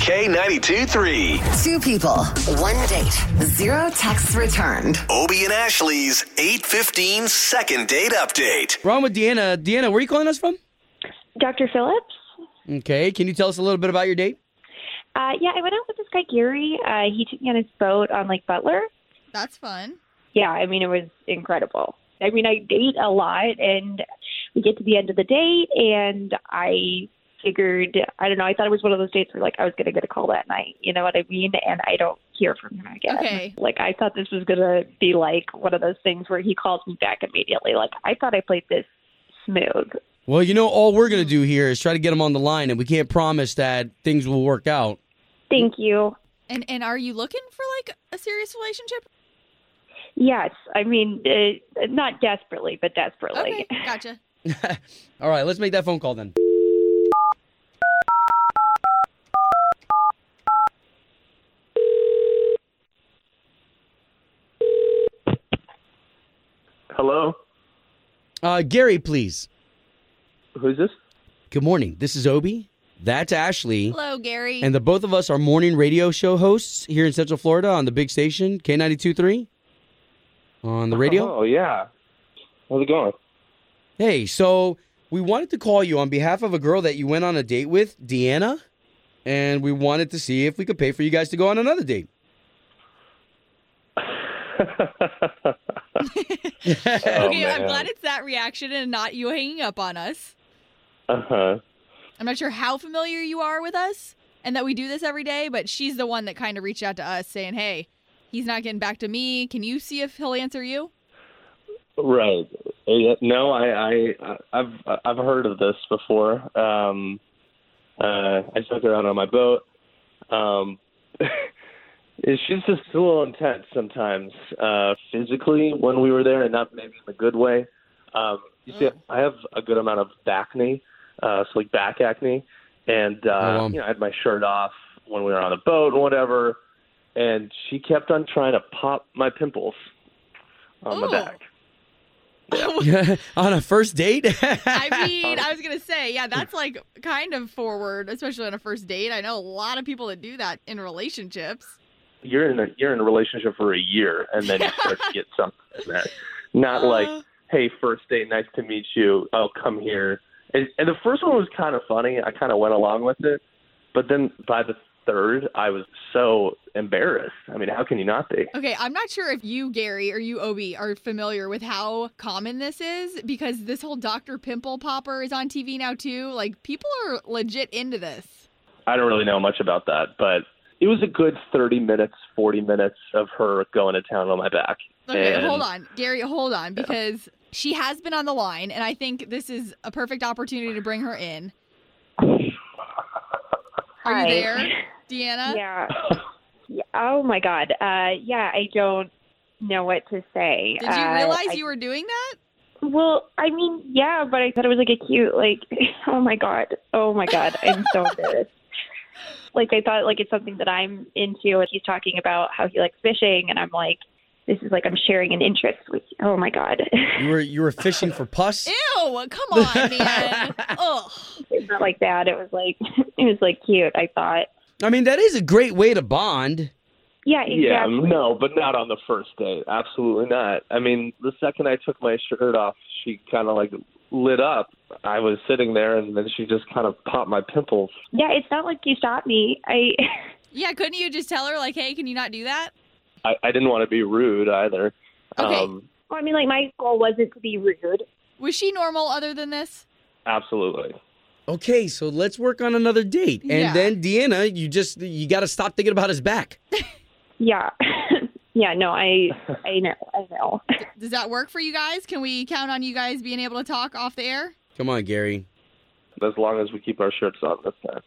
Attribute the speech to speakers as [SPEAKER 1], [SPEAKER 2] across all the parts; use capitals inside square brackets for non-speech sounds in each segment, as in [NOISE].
[SPEAKER 1] K92 3.
[SPEAKER 2] Two people, one date, zero texts returned.
[SPEAKER 1] Obie and Ashley's 815 second date update.
[SPEAKER 3] We're on with Deanna. Deanna, where are you calling us from?
[SPEAKER 4] Dr. Phillips.
[SPEAKER 3] Okay, can you tell us a little bit about your date?
[SPEAKER 4] Uh, yeah, I went out with this guy Gary. Uh, he took me on his boat on Lake Butler.
[SPEAKER 5] That's fun.
[SPEAKER 4] Yeah, I mean it was incredible. I mean I date a lot, and we get to the end of the date, and I figured I don't know. I thought it was one of those dates where like I was gonna get a call that night. You know what I mean? And I don't hear from him again.
[SPEAKER 5] Okay.
[SPEAKER 4] Like I thought this was gonna be like one of those things where he calls me back immediately. Like I thought I played this smooth.
[SPEAKER 3] Well, you know, all we're going to do here is try to get them on the line, and we can't promise that things will work out.
[SPEAKER 4] Thank you.
[SPEAKER 5] And and are you looking for like a serious relationship?
[SPEAKER 4] Yes, I mean uh, not desperately, but
[SPEAKER 6] Oh,
[SPEAKER 4] desperately.
[SPEAKER 5] Okay, gotcha.
[SPEAKER 3] All right, let's make that phone call then.
[SPEAKER 6] Hello,
[SPEAKER 3] Uh, Gary, please.
[SPEAKER 6] who's this?
[SPEAKER 3] Good morning. This is Obi. That's Ashley.
[SPEAKER 5] Hello, Gary.
[SPEAKER 3] And the both of us are morning radio show hosts here in Central Florida on the big station, K92.3, on the radio.
[SPEAKER 6] Oh yeah, how's it going?
[SPEAKER 3] Hey, so we wanted to call you on behalf of a girl that you went on a date with, Deanna, and we wanted to see if we could pay for you guys to go on another date.
[SPEAKER 6] [LAUGHS] Oh,
[SPEAKER 5] okay, I'm
[SPEAKER 6] man.
[SPEAKER 5] glad it's that reaction and not you hanging up on us.
[SPEAKER 6] uh huh.
[SPEAKER 5] I'm not sure how familiar you are with us and that we do this every day, but she's the one that kind of reached out to us saying, "Hey, he's not getting back to me. Can you see if he'll answer you?"
[SPEAKER 6] Right. Uh, No, I, I, I've, I've heard of this before. Um, uh, I took her out on my boat. Um, [LAUGHS] she's just a little intense sometimes, uh, physically when we were there, and not maybe in a good way. Um, you see, I have a good amount of back acne, uh, so like back acne, and uh,
[SPEAKER 3] Oh, um.
[SPEAKER 6] you know, I had my shirt off when we were on the boat and whatever, and she kept on trying to pop my pimples on
[SPEAKER 5] Ooh.
[SPEAKER 6] my back.
[SPEAKER 3] [LAUGHS] on a first date?
[SPEAKER 5] [LAUGHS]
[SPEAKER 3] [LAUGHS]
[SPEAKER 5] I mean, I was gonna say, yeah,
[SPEAKER 6] [LAUGHS]
[SPEAKER 5] that's like kind of forward, especially on a first date. I know a lot of people that do that in relationships.
[SPEAKER 6] you're in a you're in a relationship for a year and then you start to get
[SPEAKER 5] [LAUGHS]
[SPEAKER 6] something back. Not like,
[SPEAKER 5] Uh.
[SPEAKER 6] hey, first date, nice to meet you. Oh, come here. And, and the first one was kind of funny. I kind of went along with it, but then by the third, I was so embarrassed. I mean, how can you not be?
[SPEAKER 5] Okay, I'm not sure if you, Gary, or you, Obi, are familiar with how common this is because this whole Dr. Pimple Popper is on TV now, too. Like, people are legit into this.
[SPEAKER 6] I don't really know much about that, but it was a good thirty minutes, forty minutes of her going to town on my back.
[SPEAKER 5] Okay,
[SPEAKER 6] And-
[SPEAKER 5] hold on, Gary, hold on, because she has been on the line, and I think this is a perfect opportunity to bring her in. Are
[SPEAKER 4] Hi.
[SPEAKER 5] you there, Deanna? [LAUGHS]
[SPEAKER 4] Yeah. Yeah. Oh my God. Uh, yeah, I don't know what to say.
[SPEAKER 5] Did you
[SPEAKER 4] Uh,
[SPEAKER 5] realize
[SPEAKER 4] I-
[SPEAKER 5] you were doing
[SPEAKER 4] [LAUGHS]
[SPEAKER 5] that?
[SPEAKER 4] Well, I mean, yeah, but I thought it was like a cute, like, [LAUGHS] oh my God, oh my God, I'm so
[SPEAKER 5] [LAUGHS]
[SPEAKER 4] embarrassed. Like I thought, like it's something that I'm into, and he's talking about how he likes fishing, and I'm like, this is like I'm sharing an interest with. Oh my God, [LAUGHS]
[SPEAKER 3] you were you were fishing for pus?
[SPEAKER 5] Ew, come on, man. Ugh.
[SPEAKER 4] it's not like that. It was like [LAUGHS] it was like cute. I thought.
[SPEAKER 3] I mean, that is a great way to bond.
[SPEAKER 4] Yeah,
[SPEAKER 6] Yeah, um,
[SPEAKER 4] exactly.
[SPEAKER 6] no, but not on the first date. Absolutely not. I mean, the second I took my shirt off, she kind of like lit up. I was sitting there, and then she just kind of popped my pimples.
[SPEAKER 4] Yeah, it's not like you stopped me. I. [LAUGHS]
[SPEAKER 5] Yeah, couldn't you just tell her, like, hey, can you not do that?
[SPEAKER 6] I, I didn't want to be rude either.
[SPEAKER 5] Okay.
[SPEAKER 6] Um,
[SPEAKER 4] Well, I mean, like my goal wasn't to be rude.
[SPEAKER 5] Was she normal other than this?
[SPEAKER 6] absolutely.
[SPEAKER 3] Okay, so let's work on another date. And
[SPEAKER 5] Yeah.
[SPEAKER 3] then Deanna, you just you got to stop thinking about his back.
[SPEAKER 4] Yeah. [LAUGHS] yeah, no, I I know. I know.
[SPEAKER 5] Does that work for you guys? Can we count on you guys being able to talk off the air?
[SPEAKER 3] Come on, Gary.
[SPEAKER 6] As long as we keep our shirts on this time.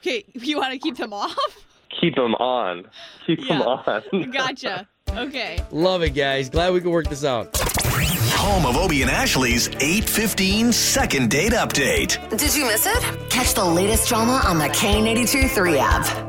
[SPEAKER 5] Okay, [LAUGHS] you want to keep them off? [LAUGHS]
[SPEAKER 6] Keep them on. Keep them
[SPEAKER 5] Yeah.
[SPEAKER 6] on.
[SPEAKER 5] Gotcha. Okay.
[SPEAKER 3] Love it, guys. Glad we could work this out.
[SPEAKER 1] Home of Obie and Ashley's 815 second date update.
[SPEAKER 2] Did you miss it? Catch the latest drama on the K82 3 app.